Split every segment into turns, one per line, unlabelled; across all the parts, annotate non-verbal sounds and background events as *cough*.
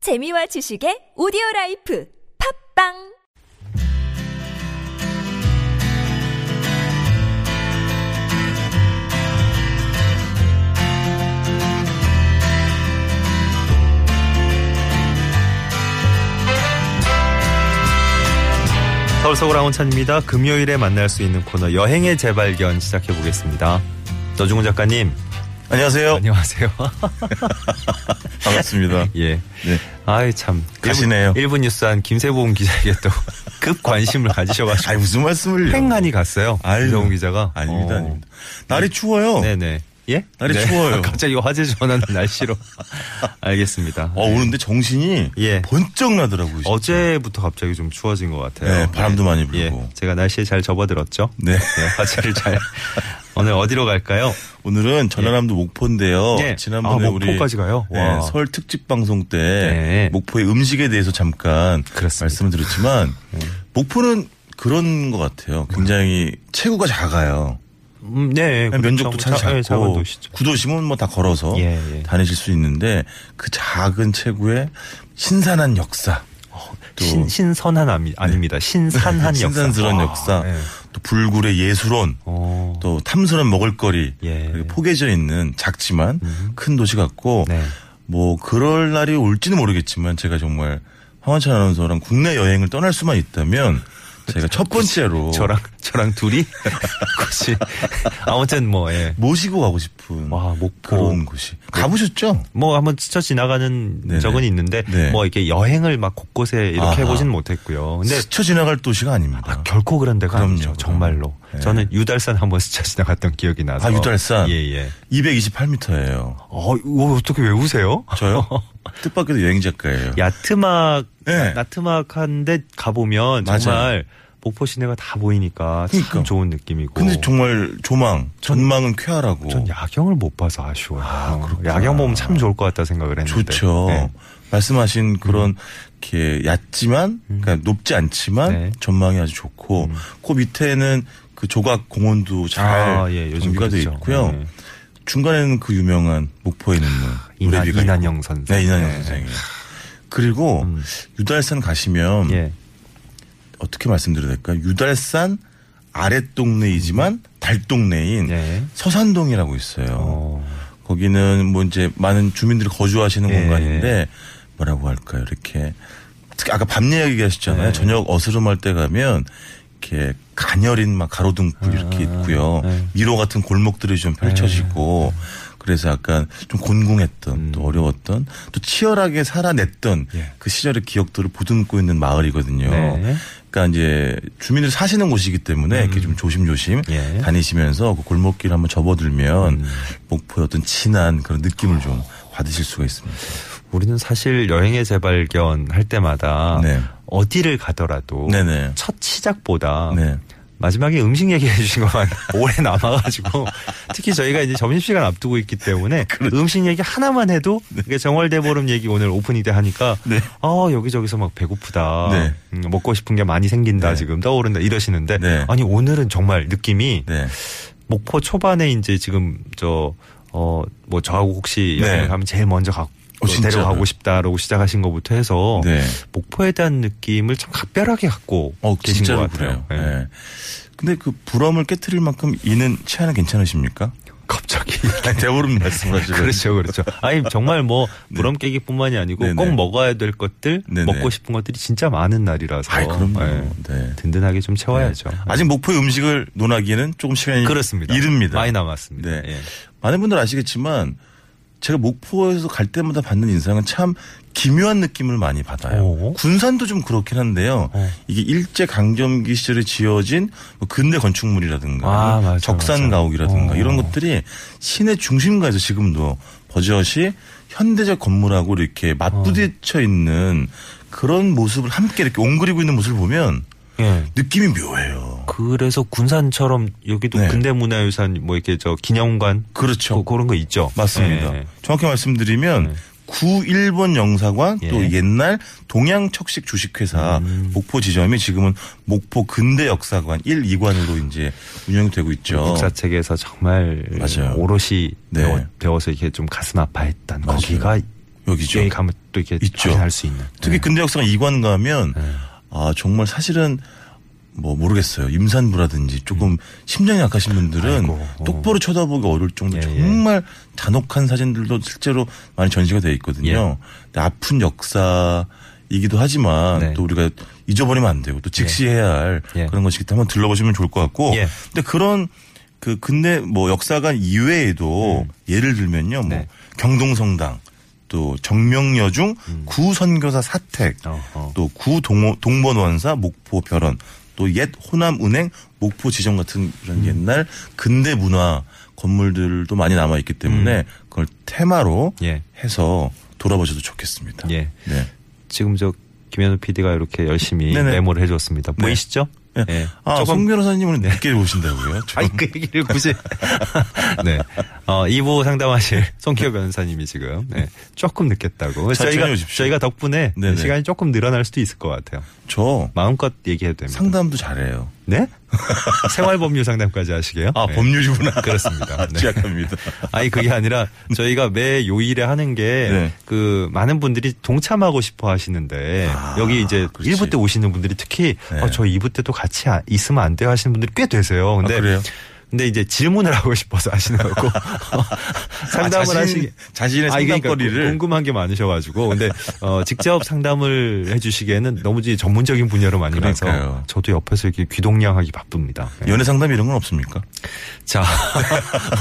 재미와 지식의 오디오 라이프 팝빵
서울 서울 아원찬입니다. 금요일에 만날 수 있는 코너 여행의 재발견 시작해 보겠습니다. 너중훈 작가님
안녕하세요. *laughs*
안녕하세요.
반갑습니다.
예.
네.
아이 참그
가시네요.
일본, 일본 뉴스 한 김세봉 기자에게 또 *laughs* 급 관심을
아니
가지셔가지고
무슨 말씀을
팽간이 갔어요.
아유.
김세봉 기자가
아닙니다,
어.
아닙니다. 날이 추워요.
네네. 예?
날이
*laughs*
추워요.
갑자기 화재 전환은 날씨로. *laughs* 알겠습니다.
어, 오는데 정신이
예.
번쩍 나더라고요. 진짜.
어제부터 갑자기 좀 추워진 것 같아요.
네, 바람도 많이
예,
불고.
제가 날씨에 잘 접어들었죠.
네.
네, 화제를
*laughs*
잘. 오늘 어디로 갈까요?
오늘은 전라남도 목포인데요.
예.
지난번에
아,
우리
목포까지 가요?
네,
와.
설 특집 방송 때
네.
목포의 음식에 대해서 잠깐
그렇습니다. 예.
말씀을 드렸지만 목포는 그런 것 같아요. 굉장히 체구가 작아요.
음, 네.
그냥 아, 면적도 참
자- 예, 작은
작고
도시죠.
구도심은 뭐 다 걸어서
예, 예.
다니실 수 있는데 그 작은 체구에 신선한 역사, 또
어,
네.
신, 신선한 아미, 아닙니다.
*laughs*
신산한 역사.
신선스러운
아,
역사,
예.
또 불굴의 예술원,
어,
또 탐스러운 먹을거리
예. 음.
이렇게 포개져 있는 작지만 큰 도시 같고
네.
뭐 그럴 날이 올지는 모르겠지만 제가 정말 황원찬 아나운서랑 국내 여행을 떠날 수만 있다면 제가 첫 번째로
저랑, 저랑
*laughs*
둘이? 굳이. *laughs* 아무튼 뭐, 예.
모시고 가고 싶은
와, 네. 목포.
뭐 그런 곳이 가보셨죠?
뭐 한번 스쳐 지나가는
네네.
적은 있는데
네.
뭐 이렇게 여행을 막 곳곳에 이렇게
아하.
해보진 못했고요. 근데
스쳐 지나갈 도시가
아,
아닙니다.
결코 그런 데가
그럼요,
아니죠.
그럼요.
정말로.
예.
저는 유달산 한번 스쳐 지나갔던 기억이 나서.
아, 유달산?
예, 예.
228m예요.
어, 이거 어떻게 왜 우세요? *laughs*
저요? 뜻밖에도 여행 작가예요.
야트막,
네.
나트막한데 가보면
맞아요.
정말 목포 시내가 다 보이니까 참
그러니까.
좋은 느낌이고.
근데 정말 조망, 전망은 쾌활하고
전 야경을 못 봐서 아쉬워요.
그렇구나.
야경 보면 참 좋을 것 같다 생각을 했는데.
좋죠.
네. 음.
말씀하신 그런 이렇게 얕지만 그러니까 높지 않지만
네. 음.
전망이 아주 좋고 그 밑에는 그 조각 공원도 잘
아, 예, 요즘
정비가 돼
그렇죠.
있고요.
네. 아,
중간에는 그 유명한 목포에 있는
이난,
노래비가
이난영
있고.
선생.
네, 이난영 선생님. 그리고
음.
유달산 가시면
예.
어떻게 말씀드려야 될까? 유달산 아랫동네이지만 달동네인
예.
서산동이라고 있어요.
어.
거기는 뭐 이제 많은 주민들이 거주하시는
예.
공간인데 뭐라고 할까요? 이렇게 특히 아까 밤 이야기 하셨잖아요.
예.
저녁 어스름할 때 가면 이렇게 가녀린 막 가로등불 이렇게 있고요.
예.
미로 같은 골목들이 좀 펼쳐지고 그래서 약간 좀 곤궁했던 또 어려웠던 또 치열하게 살아냈던
예.
그 시절의 기억들을 보듬고 있는 마을이거든요.
네.
그러니까 이제 주민들 사시는 곳이기 때문에 이렇게 좀 조심조심
음. 예. 음.
다니시면서 그 골목길 한번 접어들면 목포의 어떤 진한 그런 느낌을 좀 받으실 수가 있습니다.
우리는 사실 여행의 재발견 할 때마다
네.
어디를 가더라도
네네.
첫 시작보다
네.
마지막에 음식 얘기해 주신 것만 *laughs* 오래 남아가지고 특히 저희가 이제 점심시간 앞두고 있기 때문에
그렇죠.
음식 얘기 하나만 해도 이게 정월대보름 얘기 오늘 오프닝 때 하니까
네.
아 여기저기서 막 배고프다
네.
음, 먹고 싶은 게 많이 생긴다
네.
지금 떠오른다 이러시는데
네.
아니 오늘은 정말 느낌이
네.
목포 초반에 이제 지금 저 어, 뭐 저하고 혹시 여행을
네.
가면 제일 먼저 가고
어, 진짜요?
데려가고 싶다라고 시작하신 것부터 해서
네.
목포에 대한 느낌을 참 각별하게 갖고
어,
계신 것
진짜로
같아요.
그래요.
예.
네. 근데 그 불엄을 깨뜨릴 만큼 이는
*laughs*
치아는 괜찮으십니까?
갑자기.
그렇죠, 대보름 말씀하시고.
그렇죠, 그렇죠. 아니 정말 뭐 부럼깨기뿐만이 아니고
네. 네네.
꼭 먹어야 될 것들,
네네.
먹고 싶은 것들이 진짜 많은 날이라서
아이, 그럼요.
예.
네.
든든하게 좀 채워야죠. 네.
아직 목포의 음식을 논하기에는 조금 시간이
그렇습니다.
이릅니다.
많이 남았습니다.
네.
예.
많은 분들 아시겠지만 제가 목포에서 갈 때마다 받는 인상은 참 기묘한 느낌을 많이 받아요.
오.
군산도 좀 그렇긴 한데요.
어.
이게 일제 강점기 시절에 지어진 뭐 근대 건축물이라든가 뭐
아, 맞아, 맞아.
적산 가옥이라든가
어.
이런 것들이 시내 중심가에서 지금도 버젓이 현대적 건물하고 이렇게 맞부딪혀 있는 그런 모습을 함께 이렇게 옹그리고 있는 모습을 보면
예.
느낌이 묘해요.
그래서 군산처럼 여기도
네.
근대문화유산 뭐 이렇게 저 기념관
그렇죠.
고- 그런 거 있죠.
맞습니다.
예.
정확히 말씀드리면
네.
구 일본 영사관 또
예. 음.
옛날 동양척식 주식회사 목포 지점이 지금은 목포 근대 역사관 1, 2관으로 이제 운영이 되고 있죠.
국사 책에서 정말
어. 맞아요.
오롯이
네.
배워, 배워서 이렇게 좀 가슴 아파했던
맞아요.
거기가
여기죠.
여기 가면 또 이렇게
있죠.
확인할 수 있는.
특히 근대 역사관 이관
네.
가면 아 정말 사실은 뭐 모르겠어요 임산부라든지 조금 심장이 약하신 분들은
음. 아이고, 어.
똑바로 쳐다보기 어려울 정도
예,
로
예.
정말 잔혹한 사진들도 실제로 많이 전시가 되어 있거든요.
예.
근데 아픈 역사이기도 하지만
네.
또 우리가 잊어버리면 안 되고 또 직시해야 할
예.
그런 것이기 때문에 한번 들러보시면 좋을 것 같고.
예.
근데 그런 그 근대 뭐 역사관
음.
이외에도 예를 들면요, 뭐
네.
경동성당 또 정명여중 구선교사 사택
음. 어, 어.
또 구동 동번원사 목포 벼런 또 옛 호남은행 목포 지점 같은 그런
음.
옛날 근대 문화 건물들도 많이 남아 있기 때문에 그걸 테마로
음. 예.
해서 돌아보셔도 좋겠습니다.
예.
네.
지금 저 김현우 PD가 이렇게 열심히
네네.
메모를 해줬습니다.
네.
보이시죠? 예.
아, 송 변호사님은 늦게 보신다고요? 저-
네. 아이 그 얘기를 굳이
*laughs*
네 어, 2부 상담하실 송키호 변호사님이 지금 네, 조금 늦겠다고
천천히
저희가
오십시오.
저희가 덕분에
네네.
시간이 조금 늘어날 수도 있을 것 같아요
저
마음껏 얘기해도 됩니다
상담도 잘해요.
네 *laughs* 생활법률 상담까지 하시게요
아
네.
법률이구나. *laughs*
그렇습니다 네.
취약합니다.
아니 그게 아니라 저희가 매 요일에 하는 게
네.
그 많은 분들이 동참하고 싶어 하시는데
아,
여기 이제
그렇지.
일부때 오시는 분들이 특히
네.
어, 저 2부 때도 같이 아- 있으면 안 돼요 하시는 분들이 꽤 되세요. 근데
아, 그래요?
근데 이제 질문을 하고 싶어서 하시는
*laughs*
거고 상담을
아, 자신-
하시
자신의
아니, 그러니까
상담거리를.
궁금한 게 많으셔가지고 근데 어, 직접 상담을 해주시기에는 너무 이제 전문적인 분야로 많이 가서
그러니까요.
저도 옆에서 이렇게 귀동냥하기 바쁩니다. 네.
연애 상담 이런 건 없습니까?
자, *laughs*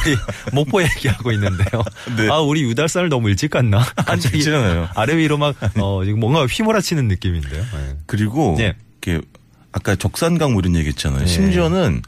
우리 목포 얘기하고 있는데요.
네.
아, 우리 유달산을 너무 일찍 갔나? 갑자기
있잖아요.
아래 위로 막, 어, 지금 뭔가 휘몰아치는 느낌인데요. 네.
그리고
네.
이렇게 아까 적산강 뭐 이런 얘기 했잖아요.
네.
심지어는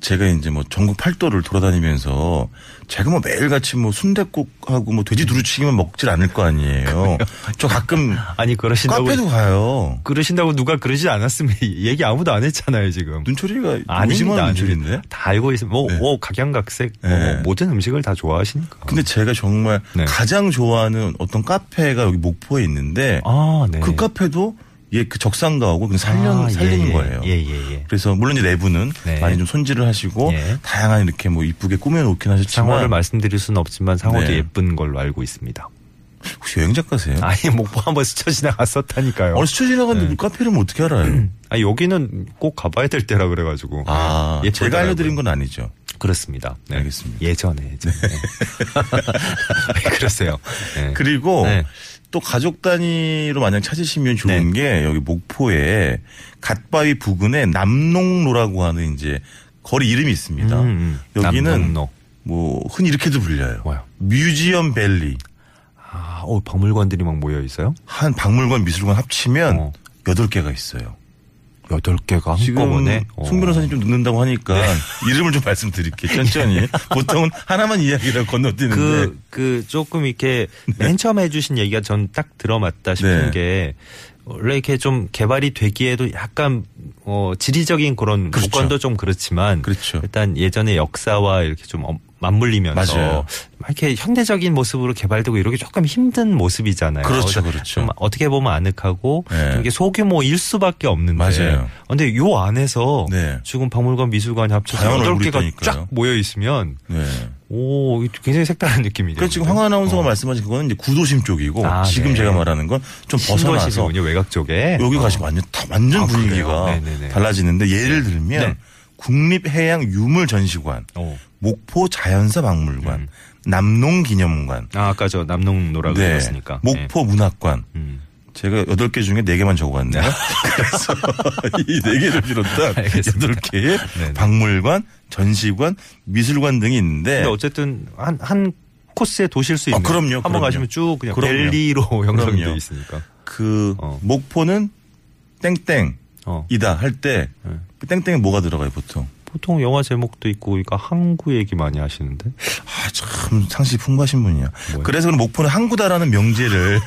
제가 이제 뭐 전국 팔도를 돌아다니면서 제가 뭐 매일같이 뭐 순대국하고 뭐 돼지 두루치기만 먹질 않을 거 아니에요. 저 가끔
*laughs* 아니, 그러신다고.
카페도 가요.
그러신다고 누가 그러지 않았으면 얘기 아무도 안 했잖아요, 지금.
눈초리가
아닙니다.
무심한
아닙니다.
눈초리인데.
다 알고 있어요. 뭐,
네.
뭐 각양각색,
네.
뭐 모든 음식을 다 좋아하시니까.
근데 제가 정말
네.
가장 좋아하는 어떤 카페가 여기 목포에 있는데
아, 네.
그 카페도 예 그 적산가하고 그냥 살려
아,
살리는
예, 예.
거예요.
예, 예, 예.
그래서 물론 이제 내부는
네.
많이 좀 손질을 하시고
예.
다양한 이렇게 뭐 이쁘게 꾸며놓긴 하셨지만
상호를 말씀드릴 수는 없지만 상호도
네.
예쁜 걸로 알고 있습니다.
혹시 여행 작가세요?
아니, 목포 한번 스쳐 지나갔었다니까요. 네.
어느 스쳐 지나갔는데 카페를 뭐 어떻게 알아요?
아 여기는 꼭 가봐야 될 때라 그래가지고
아
예쁘더라고요.
제가 알려드린 건 아니죠.
그렇습니다. 네.
알겠습니다.
예전에 예전에 *laughs* 왜 그러세요. 네.
그리고
네.
또 가족 단위로 만약 찾으시면 좋은 게 여기 목포에 갓바위 부근에 남농로라고 하는 이제 거리 이름이 있습니다.
음, 음.
여기는
남농로.
뭐 흔히 이렇게도 불려요.
뭐요?
뮤지엄 밸리
아, 어, 박물관들이 막 모여 있어요.
한 박물관 미술관 합치면
어.
여덟 개가 있어요.
여덟 개가
지금
한꺼번에.
송 변호사님 좀 늦는다고 하니까
네.
*laughs* 이름을 좀 말씀드릴게요. 천천히. 보통은 하나만 이야기를 건너뛰는데
그그 조금
*laughs*
이렇게 맨 처음에 해주신 얘기가 전 딱 들어맞다 싶은
네.
게 원래 이렇게 좀 개발이 되기에도 약간 어, 지리적인 그런
그렇죠.
조건도 좀 그렇지만
그렇죠.
일단 예전의 역사와 이렇게 좀 어- 맞물리면서
맞아요.
막 이렇게 현대적인 모습으로 개발되고 이렇게 조금 힘든 모습이잖아요.
그렇죠,
그래서
그렇죠.
좀 어떻게 보면 아늑하고
네.
좀 이게 소규모일 수밖에 없는데.
맞아요.
근데 요 안에서
네.
지금 박물관 미술관이 합쳐서
자연
여덟
얼굴이
개가
있다니까요.
쫙 모여 있으면
네.
오 이거 굉장히 색다른 느낌이죠.
그래서 지금 황 아나운서가 말씀하신 그거는 이제 구도심 쪽이고
네. 어. 아,
지금
네.
제가 말하는 건 좀 벗어나서
신도시군요 외곽 쪽에.
여기 가시면 완전 다 완전
아,
분위기가
그래요? 네네네.
달라지는데 예를 들면
네.
국립해양 유물 전시관,
어.
목포 자연사 박물관, 남농 기념관,
아, 아까 저 남농노라고
네.
그랬으니까.
목포 문학관.
음.
제가 여덟 개 중에 네
*laughs*
개만 적어왔네요. 그래서 *laughs* 이 네 개를 비롯한
알겠습니다.
여덟 개의
네네.
박물관, 전시관, 미술관 등이 있는데
근데 어쨌든 한, 한 코스에 도실 수
네. 아,
있는.
그럼요,
한번
그럼요.
가시면 쭉 그냥
그럼요.
델리로 형성이 돼
그럼요.
있으니까.
그
어.
목포는 땡땡이다
어.
할 때
네.
그 땡땡에 뭐가 들어가요 보통?
보통 영화 제목도 있고 그러니까 항구 얘기 많이 하시는데.
아 참 상시 풍부하신 분이야. 그래서 그럼 목포는
*laughs*
항구다라는 명제를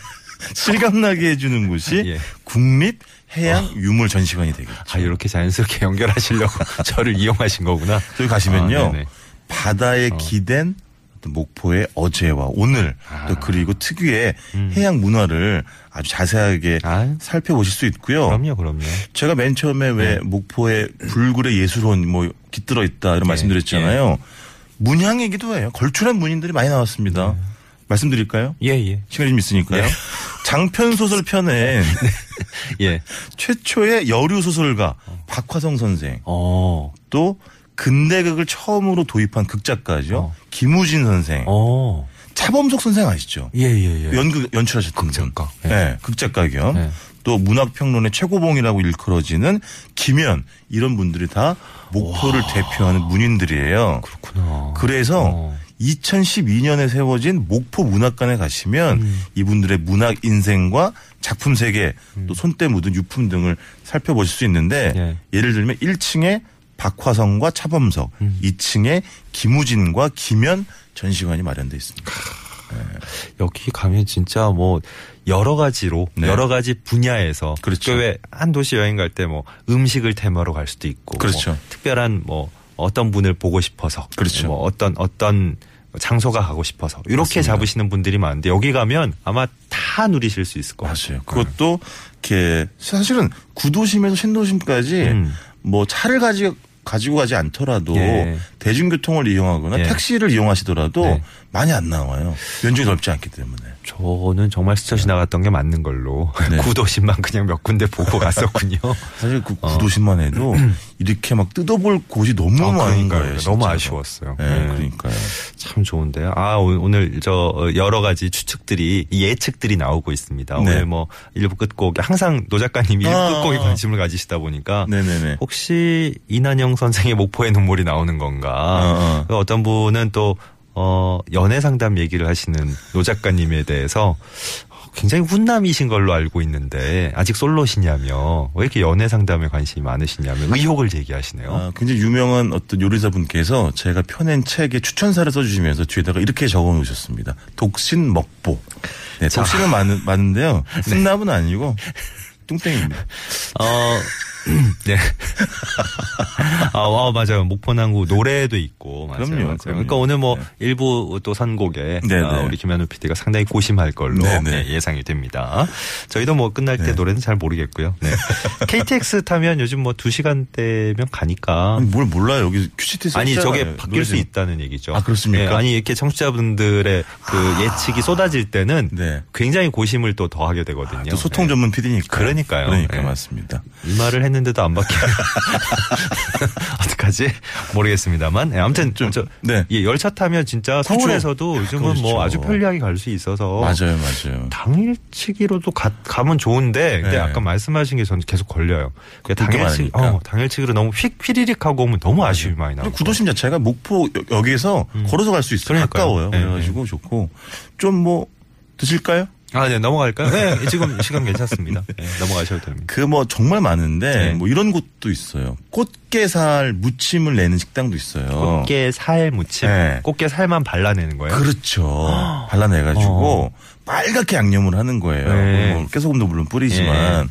실감나게 해주는 곳이
예. 어.
국립 해양 유물 전시관이 되겠죠.
아, 이렇게 자연스럽게 *laughs* 연결하시려고 저를 이용하신 거구나.
저기 가시면요
아, 네네. 어.
바다에 기댄 어떤 목포의 어제와 오늘
아.
또 그리고 특유의 해양 문화를 아주 자세하게
음. 아유.
살펴보실 수 있고요.
그럼요, 네. 그럼요.
제가 맨 처음에 왜 목포의 불굴의 예술혼 뭐
예, 네.
깃들어 있다 이런 말씀드렸잖아요. 문양 얘기도 해요. 걸출한 문인들이 많이 나왔습니다. 말씀드릴까요?
예, 예.
시간이 좀 있으니까요. 장편 소설
*laughs* 네.
편에 *laughs*
예.
최초의 여류 소설가 박화성 선생
어.
또 근대극을 처음으로 도입한 극작가죠.
어.
김우진 선생,
어.
차범석 선생 아시죠?
예, 예, 예.
연극 연출하셨던
극작가. 예.
분. 네. 극작가 겸.
네.
또 문학평론의 최고봉이라고 일컬어지는 김현 이런 분들이 다 목포를 대표하는 문인들이에요.
그렇구나.
그래서
어.
2012년에 세워진 목포 문학관에 가시면
음.
이분들의 문학 인생과 작품 세계 또 손때 묻은 유품 등을 살펴보실 수 있는데
음. 예.
예를 들면 1층에 박화성과 차범석,
음.
2층에 김우진과 김현 전시관이 마련돼 있습니다.
여기 가면 진짜 뭐 여러 가지로
네.
여러 가지 분야에서
그렇죠.
왜한 도시 여행 갈 때 뭐 음식을 테마로 갈 수도 있고
그렇죠.
뭐 특별한 뭐 어떤 분을 보고 싶어서
그렇죠.
뭐 어떤 어떤 장소가 가고 싶어서 이렇게
맞습니다.
잡으시는 분들이 많은데 여기 가면 아마 다 누리실 수 있을 것 같아요.
맞아요. 그것도 이렇게 사실은 구도심에서 신도심까지
음.
뭐 차를 가지 가지고 가지 않더라도
예.
대중교통을 이용하거나
예.
택시를 이용하시더라도
네.
많이 안 나와요. 면적이 넓지 않기 때문에.
저는 정말 스쳐 지나갔던 게 맞는 걸로 *laughs*
네.
구도심만 그냥 몇 군데 보고
*laughs*
갔었군요.
사실 그
*clears throat*
구도심만 해도 이렇게 막 뜯어볼 곳이 너무
어. 아,
많은
그러니까요.
거예요.
너무
진짜로.
아쉬웠어요.
예,
네.
그러니까요.
참 좋은데요. 아 오- 오늘 저 어, 여러 가지 추측들이 예측들이 나오고 있습니다.
네.
오늘 뭐 일부 끝곡 항상 노 작가님이
아.
일부 끝곡에 관심을 가지시다 보니까
네네네.
혹시 이난영 선생의 목포의 눈물이 나오는 건가?
어,
어. 떤 분은 또 어, 연애 상담 얘기를 하시는 노 작가님에 대해서 굉장히 훈남이신 걸로 알고 있는데 아직 솔로시냐며 왜 이렇게 연애 상담에 관심이 많으시냐며 의혹을 제기하시네요.
아, 굉장히 유명한 어떤 요리사 분께서 제가 펴낸 책에 추천사를 써주시면서 뒤에다가 이렇게 적어 놓으셨습니다. 독신 먹보. 네, 독신은 많은, 많은데요.
네.
훈남은 아니고 뚱땡입니다. *clears throat*
어, 네. *laughs* 아, 와, 맞아요. 목포남구 노래도 있고. 맞아요.
그럼요,
맞아요.
그럼요.
그러니까 오늘 뭐
네.
일부 또 선곡에
네네.
아, 우리 김현우 PD가 상당히 고심할 걸로
네네. 네.
네, 예상이 됩니다. 저희도 뭐 끝날 때 노래는 잘 모르겠고요.
*laughs*
네. KTX 타면 요즘 뭐 2시간대면 가니까.
아니, 뭘 몰라요. 여기 QCT에서
아니 저게 바뀔 수 있다는 얘기죠.
아, 그렇습니까? 아.
예, 아니 이렇게 청취자분들의 그 예측이 쏟아질 때는
네. 아,
굉장히 고심을 또 더하게 되거든요.
또 소통
예.
전문 PD니까.
그러니까요.
그러니까
네.
맞습니다.
이 말을 했는데도 안 바뀌어요. *laughs* 어떡하지? 모르겠습니다만. 예, 아무튼
좀,
저,
네.
예, 열차 타면 진짜 서울에서도 요즘은
그렇죠.
뭐 아주 편리하게 갈 수 있어서
맞아요, 맞아요.
당일치기로도 가, 가면 좋은데 근데
네.
아까 말씀하신 게 저는 계속 걸려요. 그러니까
그게
당일치기
많으니까.
어, 당일치기로 너무 휙 휘리릭 하고 오면 너무 아쉬움이 많이 나요.
그리고 구도심 자체가 목포 역에서 걸어서 갈 수
음.
있어요.
그러니까요.
가까워요.
네,
그래가지고 좋고 좀 뭐 드실까요?
아, 네, 넘어갈까요? 네, 지금 시간 괜찮습니다. *laughs* 네, 넘어가셔도 됩니다.
그 뭐 정말 많은데
네.
뭐 이런 곳도 있어요. 꽃게살 무침을 내는 식당도 있어요.
꽃게 살 무침,
네.
꽃게 살만 발라내는 거예요.
그렇죠. 발라내가지고 빨갛게 양념을 하는 거예요.
어. 네. 예.
뭐 깨소금도 물론 뿌리지만.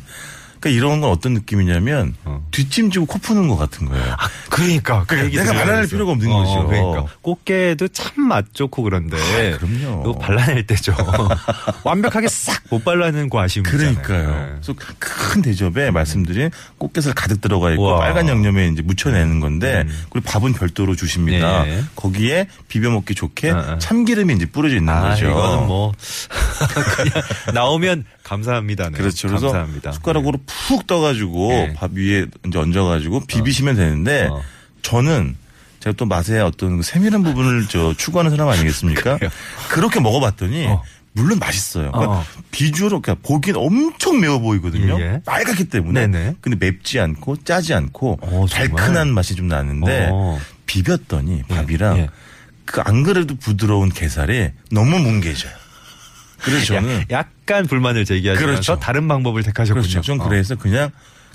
그러니까 이런 건 어떤 느낌이냐면
어.
뒷짐지고 코 푸는 것 같은 거예요.
아, *laughs* 그러니까. 그 얘기
내가
들어야
발라낼
돼서.
필요가 없는
어,
거죠.
그러니까. 꽃게도 참 맛 좋고 그런데.
아, 그럼요.
이거 발라낼
*laughs*
때죠. *laughs* 완벽하게 싹 못 발라내는 거 아쉬움. 네.
그러니까요. 그래서 큰 대접에 말씀드린 꽃게살 가득 들어가 있고
우와.
빨간 양념에 이제 묻혀내는 건데
음.
그리고 밥은 별도로 주십니다.
예.
거기에 비벼 먹기 좋게
아, 아.
참기름이 이제 뿌려져 있는
아,
거죠.
이거는 뭐. *laughs* 그냥 나오면 감사합니다. 네.
그렇죠. 그래서
감사합니다. 네.
숟가락으로 푹 떠가지고
예.
밥 위에 이제 얹어가지고 비비시면 되는데
어.
저는 제가 또 맛의 어떤 그
*laughs*
세밀한 부분을 저 추구하는 사람 아니겠습니까? 그렇게 먹어봤더니
어.
물론 맛있어요. 그러니까
어.
비주얼, 그러니까 보기엔 엄청 매워 보이거든요.
예.
빨갛기 때문에.
네네.
근데 맵지 않고 짜지 않고
어, 정말?
달큰한 맛이 좀 나는데
어.
비볐더니 밥이랑
예.
그 안 그래도 부드러운 게살이 너무 뭉개져요. 그래서 저는
야, 네. 약간 불만을 제기하시면서
그렇죠.
다른 방법을 택하셨군요.
그렇죠. 좀
어.
그래서 그냥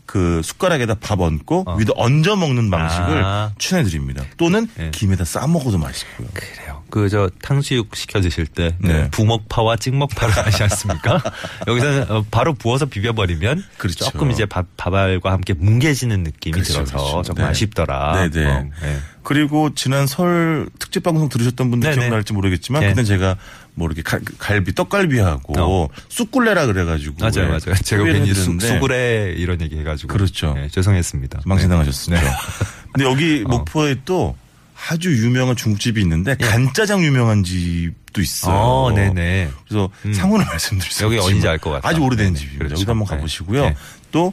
그 숟가락에다 밥 얹고 위에 얹어 먹는 방식을
아.
추천해 드립니다. 또는
예.
김에다 싸 먹어도 맛있고요.
그래요. 그 저 탕수육 시켜 드실 때
네.
부먹파와 찍먹파를 *laughs* 하지 않습니까? 여기서는 어, 바로 부어서 비벼버리면
그렇죠.
조금 이제 밥, 밥알과 함께 뭉개지는 느낌이
그렇죠,
들어서
그렇죠.
조금
네.
아쉽더라.
네네.
어, 네.
그리고 지난 설 특집 방송 들으셨던 분들
네네.
기억날지 모르겠지만
네.
그때 제가 뭐 이렇게 갈- 갈비 떡갈비하고
어.
쑥굴레라 그래가지고 예,
맞아요, 맞아요. 제가
소개를
괜히 수,
해드렸는데
수구레 이런 얘기 해가지고
그렇죠.
네, 어. 죄송했습니다.
망신당하셨습니다. 근데 여기 목포에 또 아주 유명한 중국집이 있는데 간짜장 유명한 집도 있어요.
예. 어, 네네.
그래서
음.
상호는 *laughs* 말씀드릴 수
여기
없지만
어딘지 알것 같다.
아주 오래된
네네.
집입니다.
그렇죠.
여기도 한번
네.
가보시고요.
네.
또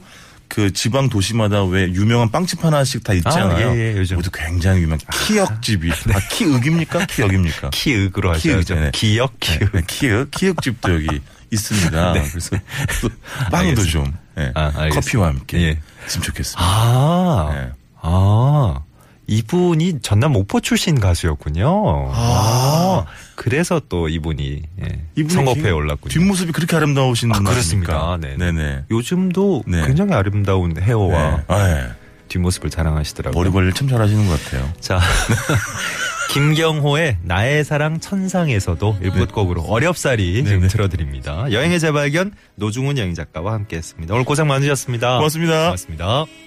그 지방 도시마다 왜 유명한 빵집 하나씩 다 있잖아요.
아, 예, 예, 요즘. 네.
모두 굉장히 유명. 한
*laughs*
키역집이. 아, 키읍입니까? 키역입니까?
키읔으로
키읔이죠,
하셔야죠.
네.
기역 키읔.
네, 키읔. 키읔집도 여기
*laughs*
있습니다. 그래서 빵도
네. 알겠습니다.
좀 예,
아, 알겠습니다.
커피와 함께
예.
했으면 좋겠습니다.
아,
네.
아, 이분이 전남 목포 출신 가수였군요. 아, 그래서 또 이분이 예,
이분의
선거표에
뒷-
올랐군요.
뒷모습이 그렇게 아름다우신
아,
분
그렇습니다.
아닙니까?
네.
네네.
요즘도
네.
굉장히 아름다운 헤어와
네. 아, 예.
뒷모습을 자랑하시더라고요.
머리 관리를 참 잘하시는 것 같아요.
자, *laughs* 김경호의 나의 사랑 천상에서도 일부 곡으로 어렵사리 지금
네, 네.
들어드립니다. 여행의 재발견 노중훈 여행 작가와 함께했습니다. 오늘 고생 많으셨습니다.
고맙습니다.
고맙습니다.